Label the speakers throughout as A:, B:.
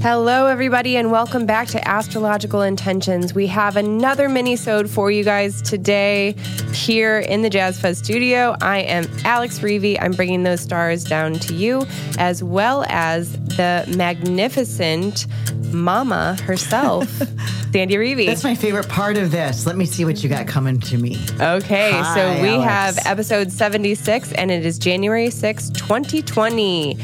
A: Hello, everybody, and welcome back to Astrological Intentions. We have another mini-sode for you guys today here in the Jazz Fuzz studio. I am Alex Reevy. I'm bringing those stars down to you, as well as the magnificent mama herself, Sandy Reevy.
B: That's my favorite part of this. Let me see what you got coming to me.
A: Okay,
B: Hi,
A: so we have
B: Alex.
A: episode 76, and it is January sixth, 2020.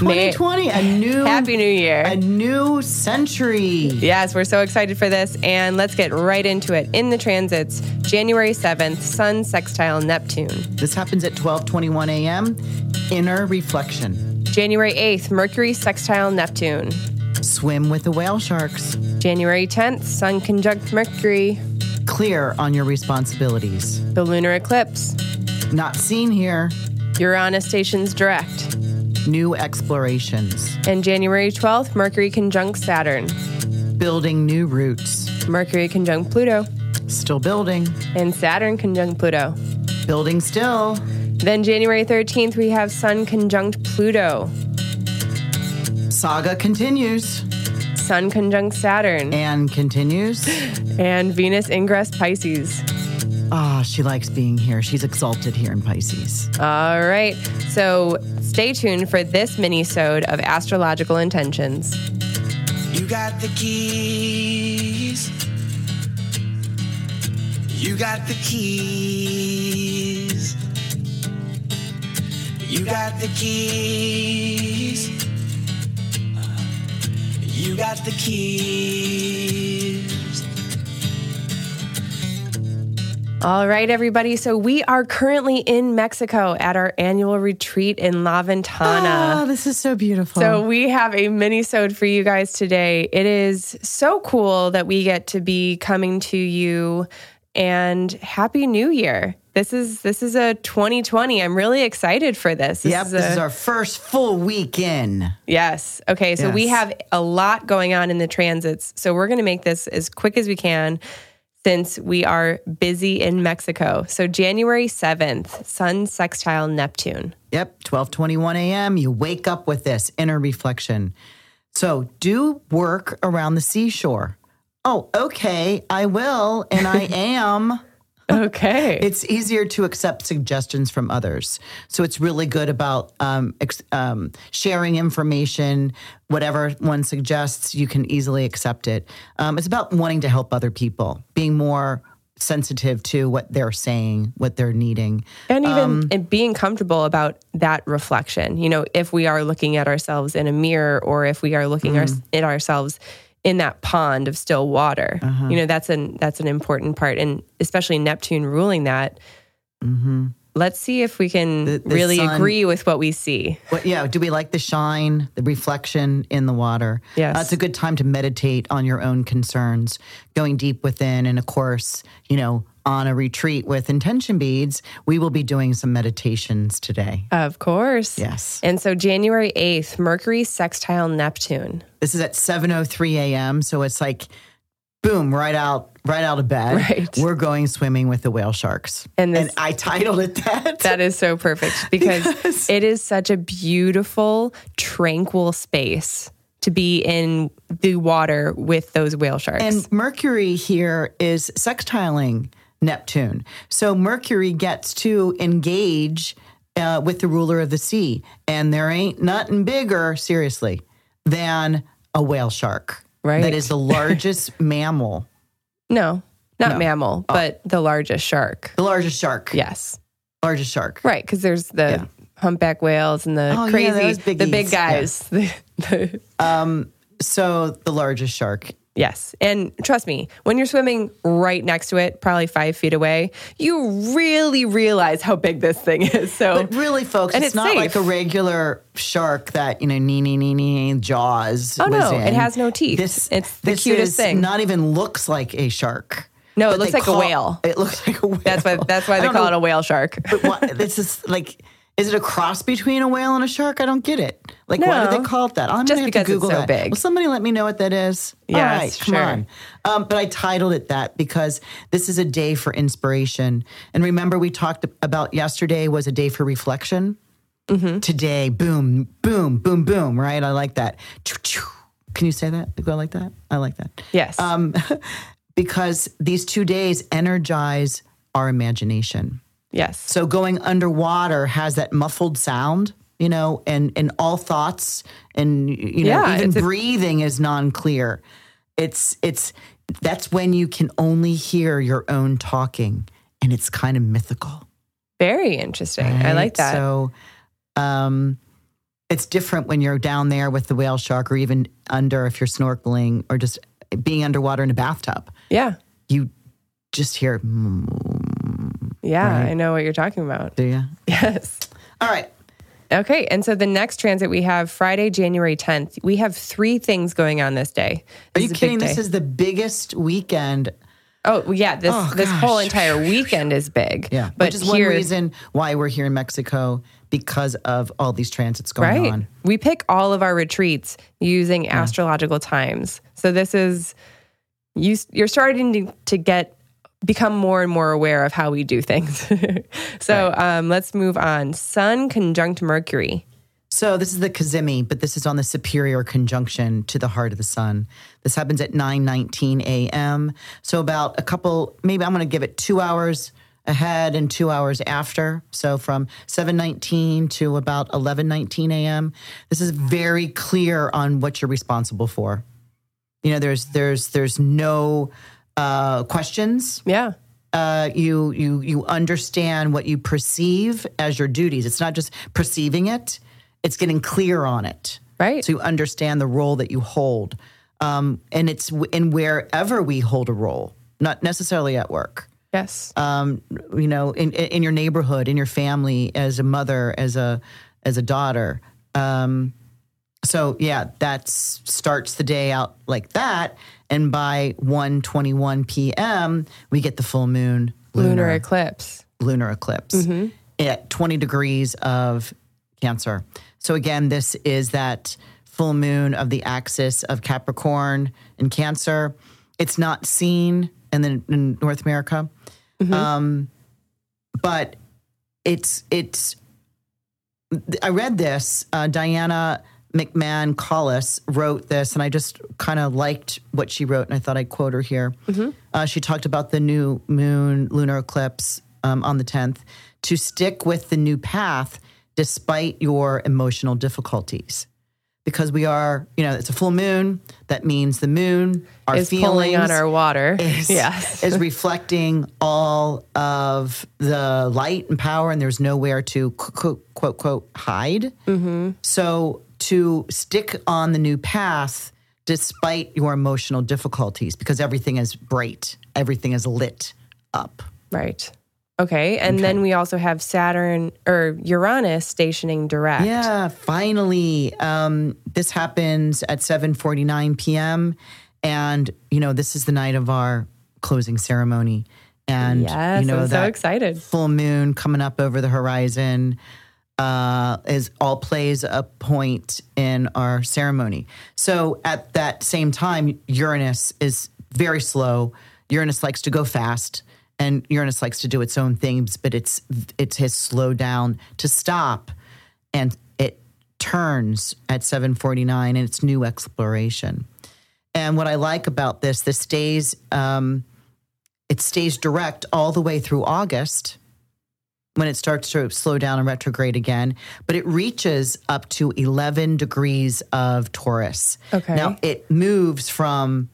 A: May-
B: 2020, a new
A: Happy New Year.
B: a new century.
A: Yes, we're so excited for this, and let's get right into it. In the transits, January 7th, Sun sextile Neptune.
B: This happens at 12:21 a.m. Inner reflection.
A: January 8th, Mercury sextile Neptune.
B: Swim with the whale sharks.
A: January 10th, Sun conjunct Mercury.
B: Clear on your responsibilities.
A: The lunar eclipse.
B: Not seen here.
A: Uranus stations direct.
B: New explorations.
A: And January 12th, Mercury conjunct Saturn.
B: Building new roots.
A: Mercury conjunct Pluto.
B: Still building.
A: And Saturn conjunct Pluto.
B: Building still.
A: Then January 13th, we have Sun conjunct Pluto,
B: Saga continues
A: Sun conjunct Saturn,
B: and continues.
A: and Venus ingress Pisces.
B: Ah, she likes being here. She's exalted here in Pisces.
A: All right. So stay tuned for this mini-sode of Astrological Intentions.
C: You got the keys. You got the keys. You got the keys. You got the keys.
A: All right, everybody. So we are currently in Mexico at our annual retreat in La Ventana.
B: Oh, this is so beautiful.
A: So we have a mini-sode for you guys today. It is so cool that we get to be coming to you and happy new year. This is this is a 2020. I'm really excited for this. this
B: yep,
A: is
B: this
A: a-
B: is our first full week in.
A: Yes. Okay. So we
B: Yes.
A: have a lot going on in the transits. So we're going to make this as quick as we can since we are busy in Mexico. So January 7th, Sun sextile Neptune.
B: Yep, 12:21 a.m. You wake up with this inner reflection. So, do work around the seashore. Oh, okay, I will and I am.
A: Okay.
B: It's easier to accept suggestions from others. So it's really good about um, ex- um, sharing information. Whatever one suggests, you can easily accept it. Um, it's about wanting to help other people, being more sensitive to what they're saying, what they're needing.
A: and even
B: Um,
A: and being comfortable about that reflection. You know, if we are looking at ourselves in a mirror or if we are looking
B: Mm-hmm.
A: our, at ourselves in that pond of still water.
B: Uh-huh.
A: You know, that's an that's an important part and especially Neptune ruling that. Let's see if we can
B: Mm-hmm. the
A: really
B: sun-
A: agree with what we see.
B: What, yeah, do we like the shine, the reflection in the water?
A: Yes.
B: Uh, it's a good time to meditate on your own concerns, going deep within. And of course, you know, on a retreat with intention beads, we will be doing some meditations today.
A: Of course.
B: Yes.
A: And so January 8th, Mercury sextile Neptune.
B: This is at 7:03 a.m., so it's like boom, right out right out of bed.
A: Right.
B: We're going swimming with the whale sharks.
A: And this-
B: and I titled it that.
A: That is so perfect because it is such a beautiful, tranquil space to be in the water with those whale sharks.
B: And Mercury here is sextiling Neptune. So Mercury gets to engage uh, with the ruler of the sea. And there ain't nothing bigger, seriously, than a whale shark.
A: Right.
B: That is the largest mammal,
A: no, not mammal, but the largest shark.
B: the largest shark.
A: Yes.
B: Largest shark.
A: Right. Because there's the humpback whales and the
B: Oh, yeah,
A: crazy,
B: those
A: the big
B: biggies.
A: guys. The- the-
B: Um, So the largest shark.
A: yes. And trust me, when you're swimming right next to it, probably five feet away, you really realize how big this thing is. So,
B: But really, folks,
A: And
B: it's,
A: it's
B: not
A: safe.
B: like a regular shark that you know, nee nee nee nee jaws.
A: Oh,
B: was
A: no, it
B: in.
A: has no teeth. It's the
B: this
A: cutest
B: is
A: thing.
B: Not even looks like a shark.
A: No, it
B: But
A: looks
B: they
A: like a whale.
B: It looks like a whale.
A: that's why, that's why
B: I
A: they
B: don't
A: call it
B: know-
A: a whale shark.
B: But what, this is like. Is it a cross between a whale and a shark? I don't get it. Like, why do
A: No.
B: they call it that? I'm
A: Just
B: gonna have
A: because
B: to
A: it's
B: Google
A: so
B: that.
A: big.
B: Will somebody let me know what that is?
A: Yes,
B: All right, come
A: sure.
B: on. Um, but I titled it that because this is a day for inspiration. And remember, we talked about yesterday was a day for
A: Mm-hmm.
B: reflection today. Boom, boom, boom, boom, right? I like that. Choo, choo. Can you say that? Go like that? I like that.
A: Yes.
B: Um, because these two days energize our imagination.
A: yes.
B: So going underwater has that muffled sound, you know, and and all thoughts and you know
A: Yeah,
B: even
A: it's a-
B: breathing is non-clear. It's it's that's when you can only hear your own talking and it's kind of mythical.
A: Very interesting. I like
B: right?
A: that.
B: So um it's different when you're down there with the whale shark or even under if you're snorkeling or just being underwater in a bathtub.
A: yeah.
B: You just hear mm,
A: Yeah. I know what you're talking about.
B: do you?
A: Yes.
B: All right.
A: Okay. And so the next transit we have Friday, January 10th. We have three things going on this day.
B: Are
A: This
B: you
A: is a big
B: kidding? This
A: day.
B: is the biggest weekend.
A: Oh well, yeah, this
B: Oh,
A: this whole
B: gosh.
A: entire weekend is big.
B: Yeah.
A: but
B: Which is
A: here,
B: one reason why we're here in Mexico because of all these transits going
A: right?
B: on.
A: We pick all of our retreats using astrological times. So this is you. You're starting to, to get become more and more aware of how we do things. so um, let's move on. Sun conjunct Mercury.
B: So this is the Kazimi, but this is on the superior conjunction to the heart of the sun. This happens at 9:19 a.m. So about a couple maybe I'm going to give it 2 hours ahead and 2 hours after. So from 7:19 to about 11:19 a.m. This is very clear on what you're responsible for. You know there's there's there's no uh questions
A: Yeah.
B: uh, you you you understand what you perceive as your duties. It's not just perceiving it; it's getting clear on it,
A: Right.
B: So you understand the role that you hold, um, and it's w- and wherever we hold a role, not necessarily at work.
A: Yes.
B: Um, you know, in in in your neighborhood, in your family, as a mother, as a as a daughter. Um, so yeah, that starts the day out like that, and by 1.21 p.m., we get the full moon
A: Lunar eclipse.
B: lunar eclipse at 20 degrees of Cancer. So, again, this is that full moon of the axis of Capricorn and Cancer. It's not seen in, the, in North America, um, but it's, it's, I read this. Uh, Diana McMahon Collis wrote this, and I just kind of liked what she wrote, and I thought I'd quote her here.
A: Mm-hmm.
B: Uh, she talked about the new moon lunar eclipse um, on the 10th to stick with the new path despite your emotional difficulties. Because we are, you know, it's a full moon. That means the moon, our
A: Is
B: feelings,
A: pulling on our water.
B: is,
A: yes.
B: is reflecting all of the light and power, and there's nowhere to quote, quote, quote, hide.
A: Mm-hmm.
B: So to stick on the new path despite your emotional difficulties, because everything is bright, everything is lit up.
A: Right. Okay. And then we also have Saturn or Uranus stationing direct.
B: Yeah, finally, um, this happens at 7:49 p.m. and you know this is the night of our closing ceremony, and
A: Yes.
B: you know
A: I'm so
B: that
A: excited.
B: full moon coming up over the horizon uh, is all plays a point in our ceremony. So at that same time, Uranus is very slow. Uranus likes to go fast, and Uranus likes to do its own things, but it's it has slowed down to stop, and it turns at seven forty nine, and it's new exploration. And what I like about this, this stays. Um, it stays direct all the way through August when it starts to slow down and retrograde again, but it reaches up to 11 degrees of Taurus.
A: Okay.
B: Now it moves from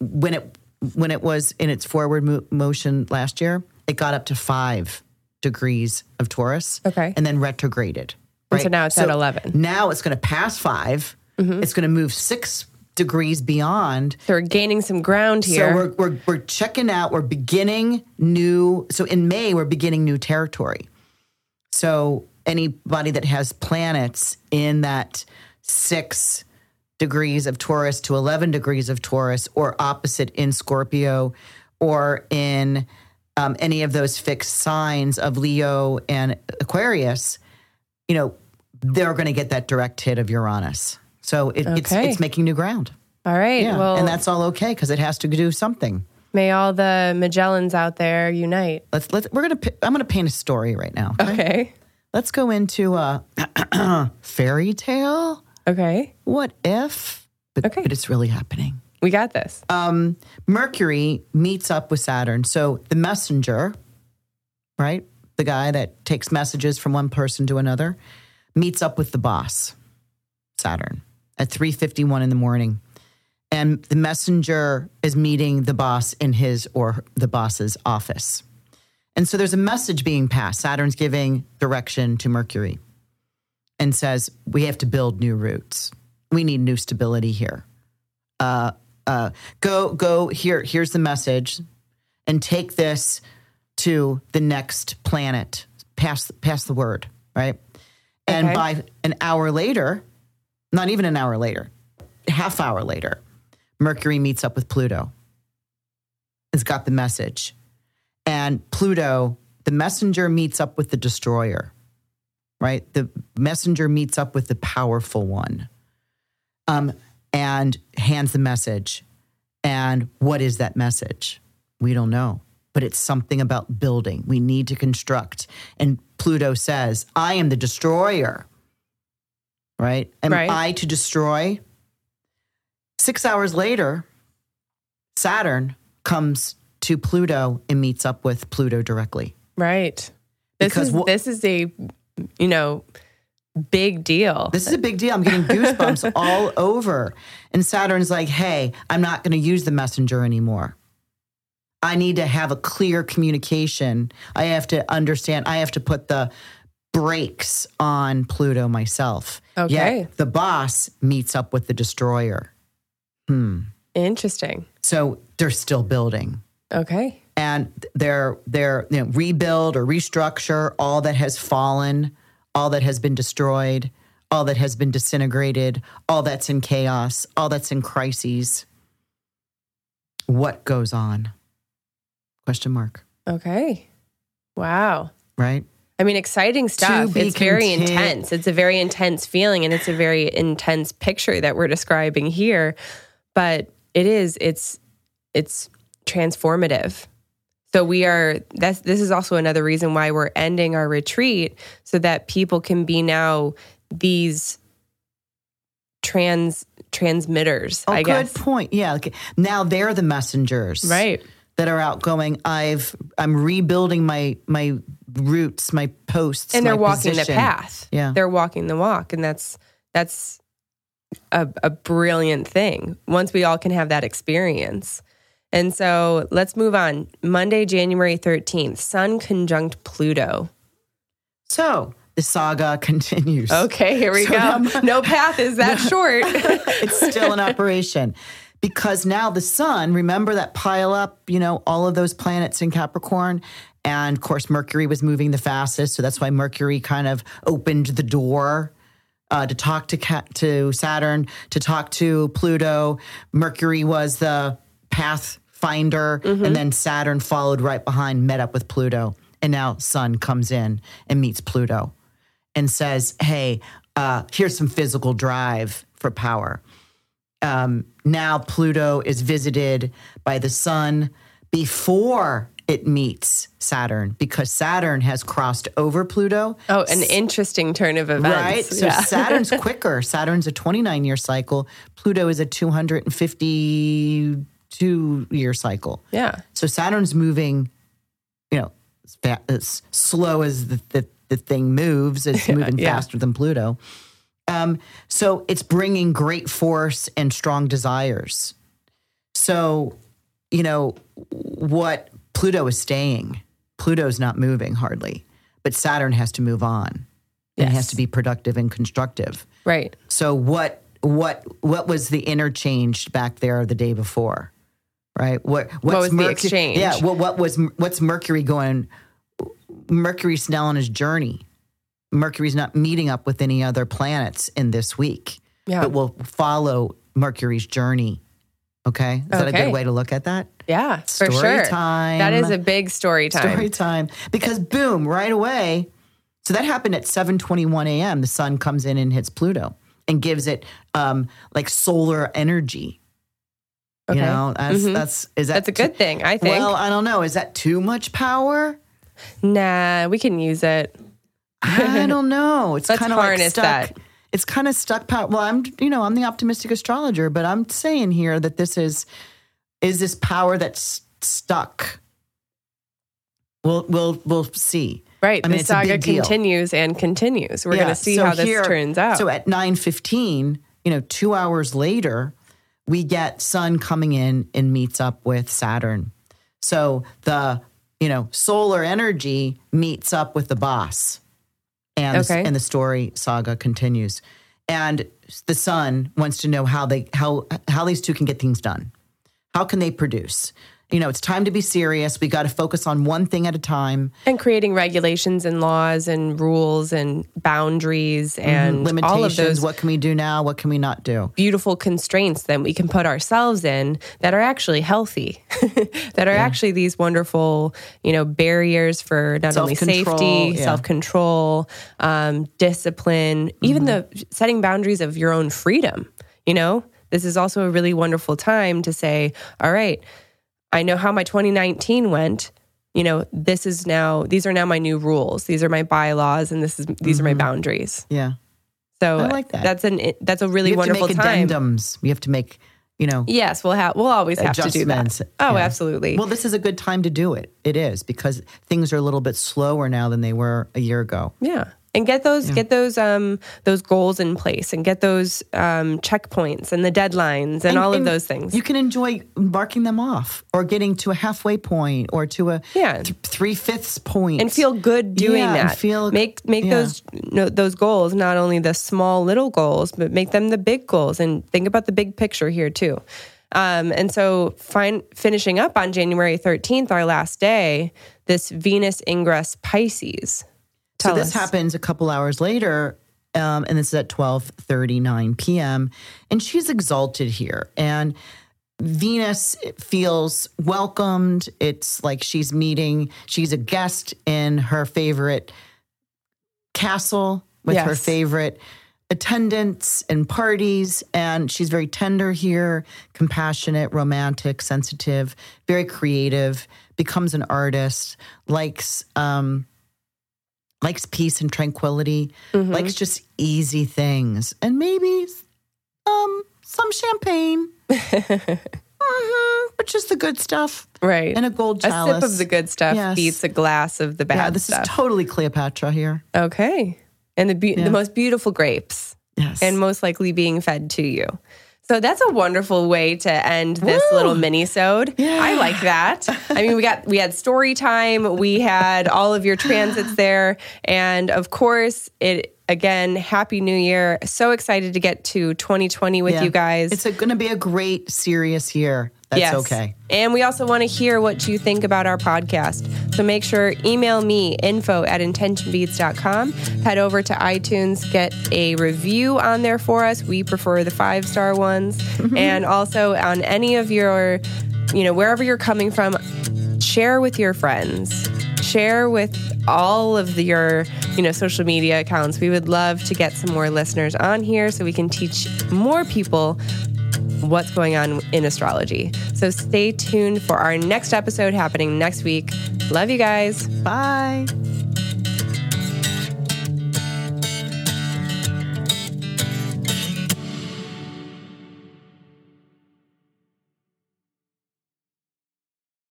B: when it when it was in its forward mo- motion last year, it got up to 5 degrees of Taurus
A: Okay.
B: and then retrograded.
A: And so now it's at Mm-hmm. 11.
B: Now it's going to pass 5. It's going to move 6 degrees beyond
A: So we're gaining some ground here.
B: so we're, we're, we're checking out, we're beginning new. So in May, we're beginning new territory. So anybody that has planets in that six degrees of Taurus to 11 degrees of Taurus or opposite in Scorpio or in um, any of those fixed signs of Leo and Aquarius, you know, they're going to get that direct hit of Uranus. So it, it's,
A: Okay.
B: it's making new ground.
A: all right.
B: Yeah,
A: well,
B: and that's all okay because it has to do something.
A: may all the Magellans out there unite.
B: Let's let's we're gonna pi- I'm gonna paint a story right now.
A: Okay.
B: Let's go into a fairy tale.
A: Okay.
B: What if? but,
A: Okay.
B: but it's really happening.
A: We got this.
B: Um, Mercury meets up with Saturn. So the messenger, right? The guy that takes messages from one person to another meets up with the boss, Saturn, at 3:51 in the morning. And the messenger is meeting the boss in his or the boss's office. And so there's a message being passed. Saturn's giving direction to Mercury and says, "We have to build new routes. We need new stability here." uh, uh, go go here here's the message and take this to the next planet pass pass the word right and
A: Okay.
B: by an hour later not even an hour later half hour later mercury meets up with pluto has got the message and pluto the messenger meets up with the destroyer right the messenger meets up with the powerful one um, and hands the message. And what is that message? We don't know, but it's something about building. We need to construct. And Pluto says, I am the destroyer, right? Am
A: Right.
B: I to destroy? Six hours later, Saturn comes to Pluto and meets up with Pluto directly.
A: right. This
B: because
A: is
B: wha-
A: this is a you know big deal.
B: This is a big deal. I'm getting goosebumps all over. And Saturn's like, hey, I'm not going to use the messenger anymore. I need to have a clear communication. I have to understand, I have to put the brakes on Pluto myself. Yet
A: Okay.
B: the boss meets up with the destroyer. Hmm.
A: Interesting.
B: So they're still building.
A: Okay.
B: and their their you know, rebuild or restructure all that has fallen, all that has been destroyed, all that has been disintegrated, all that's in chaos, all that's in crises. What goes on? Question mark.
A: Okay. Wow.
B: Right.
A: I mean, exciting stuff.
B: be
A: It's very
B: content-
A: intense. It's a very intense feeling and it's a very intense picture that we're describing here. But it is, it's it's transformative. So we are that's this is also another reason why we're ending our retreat so that people can be now these trans transmitters,
B: Oh,
A: I
B: good
A: guess.
B: point. Yeah. okay. Now they're the messengers.
A: Right.
B: That are outgoing. I've I'm rebuilding my my roots, my posts,
A: and
B: my
A: they're walking
B: position.
A: the path.
B: Yeah.
A: they're walking the walk, and that's that's a, a brilliant thing. Once we all can have that experience, and so let's move on. Monday, January thirteenth, Sun conjunct Pluto.
B: So the saga continues.
A: Okay, here we
B: So
A: go.
B: now-
A: no path is that short.
B: it's still in operation because now the sun remember that pile up you know all of those planets in capricorn and of course mercury was moving the fastest so that's why mercury kind of opened the door uh, to talk to Ca- to Saturn, to talk to Pluto, Mercury was the pathfinder, and then Saturn followed right behind, met up with Pluto, and now Sun comes in and meets Pluto and says, "Hey, uh, here's some physical drive for power." Um, now Pluto is visited by the Sun before it meets Saturn because Saturn has crossed over Pluto.
A: oh, an interesting turn of
B: Right.
A: events.
B: So Saturn's quicker. Saturn's a 29 year cycle. Pluto is a 252 year cycle.
A: yeah.
B: So Saturn's moving, you know, as, fa- as slow as the, the, the thing moves, it's moving
A: yeah.
B: faster than Pluto. Um, so it's bringing great force and strong desires. So, you know, what Pluto is staying, Pluto's not moving hardly, but Saturn has to move on. And
A: Yes.
B: It has to be productive and constructive.
A: Right.
B: So what what what was the interchange back there the day before? Right? What what's
A: was the exchange?
B: Yeah, what what was what's Mercury going Mercury's now on his journey. Mercury's not meeting up with any other planets in this week.
A: Yeah.
B: But we'll follow Mercury's journey. Okay? Is that a
A: Okay.
B: good way to look at that?
A: Yeah. For
B: Story
A: sure.
B: time.
A: That is a big story time.
B: Story time. Because boom, right away. So that happened at 7:21 a.m. The sun comes in and hits Pluto and gives it um, like solar energy.
A: Okay. Mm-hmm.
B: You know, that's that's is that
A: That's a good thing, I think.
B: Well, I don't know. Is that too much power?
A: nah, we can use it.
B: I don't know. It's
A: Let's
B: kind of like
A: harness
B: stuck.
A: that.
B: it's kind of stuck. Pow- well, I'm you know I'm the optimistic astrologer, but I'm saying here that this is is this power that's stuck. We'll we'll we'll see.
A: Right.
B: I mean,
A: the
B: it's a
A: saga
B: big deal.
A: continues and continues. We're
B: Yeah,
A: going to see
B: so
A: how this
B: here-
A: turns out.
B: So at nine fifteen, you know, two hours later, we get Sun coming in and meets up with Saturn. So the you know solar energy meets up with the boss, and
A: Okay.
B: and the story saga continues. And the Sun wants to know how they how how these two can get things done. How can they produce? You know, it's time to be serious. We got to focus on one thing at a time.
A: and creating regulations and laws and rules and boundaries and
B: Limitations.
A: all of those
B: what can we do now? What can we not do?
A: beautiful constraints that we can put ourselves in that are actually healthy, that are actually these wonderful, you know, barriers for not only
B: Self-control,
A: safety,
B: yeah.
A: self control, um, discipline, even
B: Mm-hmm.
A: the setting boundaries of your own freedom. You know, this is also a really wonderful time to say, all right, I know how my 2019 went. You know, this is now, these are now my new rules. These are my bylaws and this is, these are my boundaries.
B: Yeah.
A: So
B: Mm-hmm. I like that.
A: that's an, that's a really
B: you have
A: wonderful
B: to make
A: time.
B: addendums. You have to make, you know,
A: Yes, we'll have. We'll always have to do that.
B: Adjustments,
A: Oh,
B: yeah.
A: absolutely.
B: well, this is a good time to do it. It is because things are a little bit slower now than they were a year ago.
A: yeah, and get those get those um those goals in place, and get those um checkpoints and the deadlines and, all of those things.
B: You can enjoy marking them off or getting to a halfway point or to a
A: Yeah.
B: three fifths point
A: and feel good doing
B: Yeah, and
A: that.
B: feel-
A: make make
B: yeah.
A: those no, those goals not only the small little goals, but make them the big goals and think about the big picture here too. Um, and so, fin- finishing up on January thirteenth, our last day, this Venus ingress Pisces.
B: So
A: Tell
B: this
A: us.
B: happens a couple hours later, um, and this is at twelve thirty nine p.m. And she's exalted here, and Venus feels welcomed. It's like she's meeting; she's a guest in her favorite castle with her
A: Yes.
B: favorite attendants and parties. And she's very tender here, compassionate, romantic, sensitive, very creative. Becomes an artist, likes. Um, likes peace and tranquility,
A: Mm-hmm.
B: likes just easy things, and maybe um some champagne, Mhm, but just the good stuff
A: right
B: and a gold
A: A
B: chalice.
A: sip of the good stuff
B: Yes.
A: beats a glass of the bad
B: yeah, this
A: stuff.
B: is totally Cleopatra here.
A: okay. And the be- the most beautiful grapes
B: Yes,
A: and most likely being fed to you. So that's a wonderful way to end this
B: Woo!
A: little mini-sode. I like that. I mean, we got we had story time, we had all of your transits there, and of course, it again, happy new year. So excited to get to 2020 with
B: Yeah.
A: you guys.
B: it's going to be a great serious year. That's
A: Yes.
B: okay.
A: And we also want to hear what you think about our podcast. So make sure email me info at intentionbeats.com. Head over to iTunes, get a review on there for us. We prefer the five star ones.
B: Mm-hmm.
A: and also on any of your, you know, wherever you're coming from, share with your friends. Share with all of the- your, you know, social media accounts. We would love to get some more listeners on here so we can teach more people what's going on in astrology. So stay tuned for our next episode happening next week. Love you guys.
B: Bye.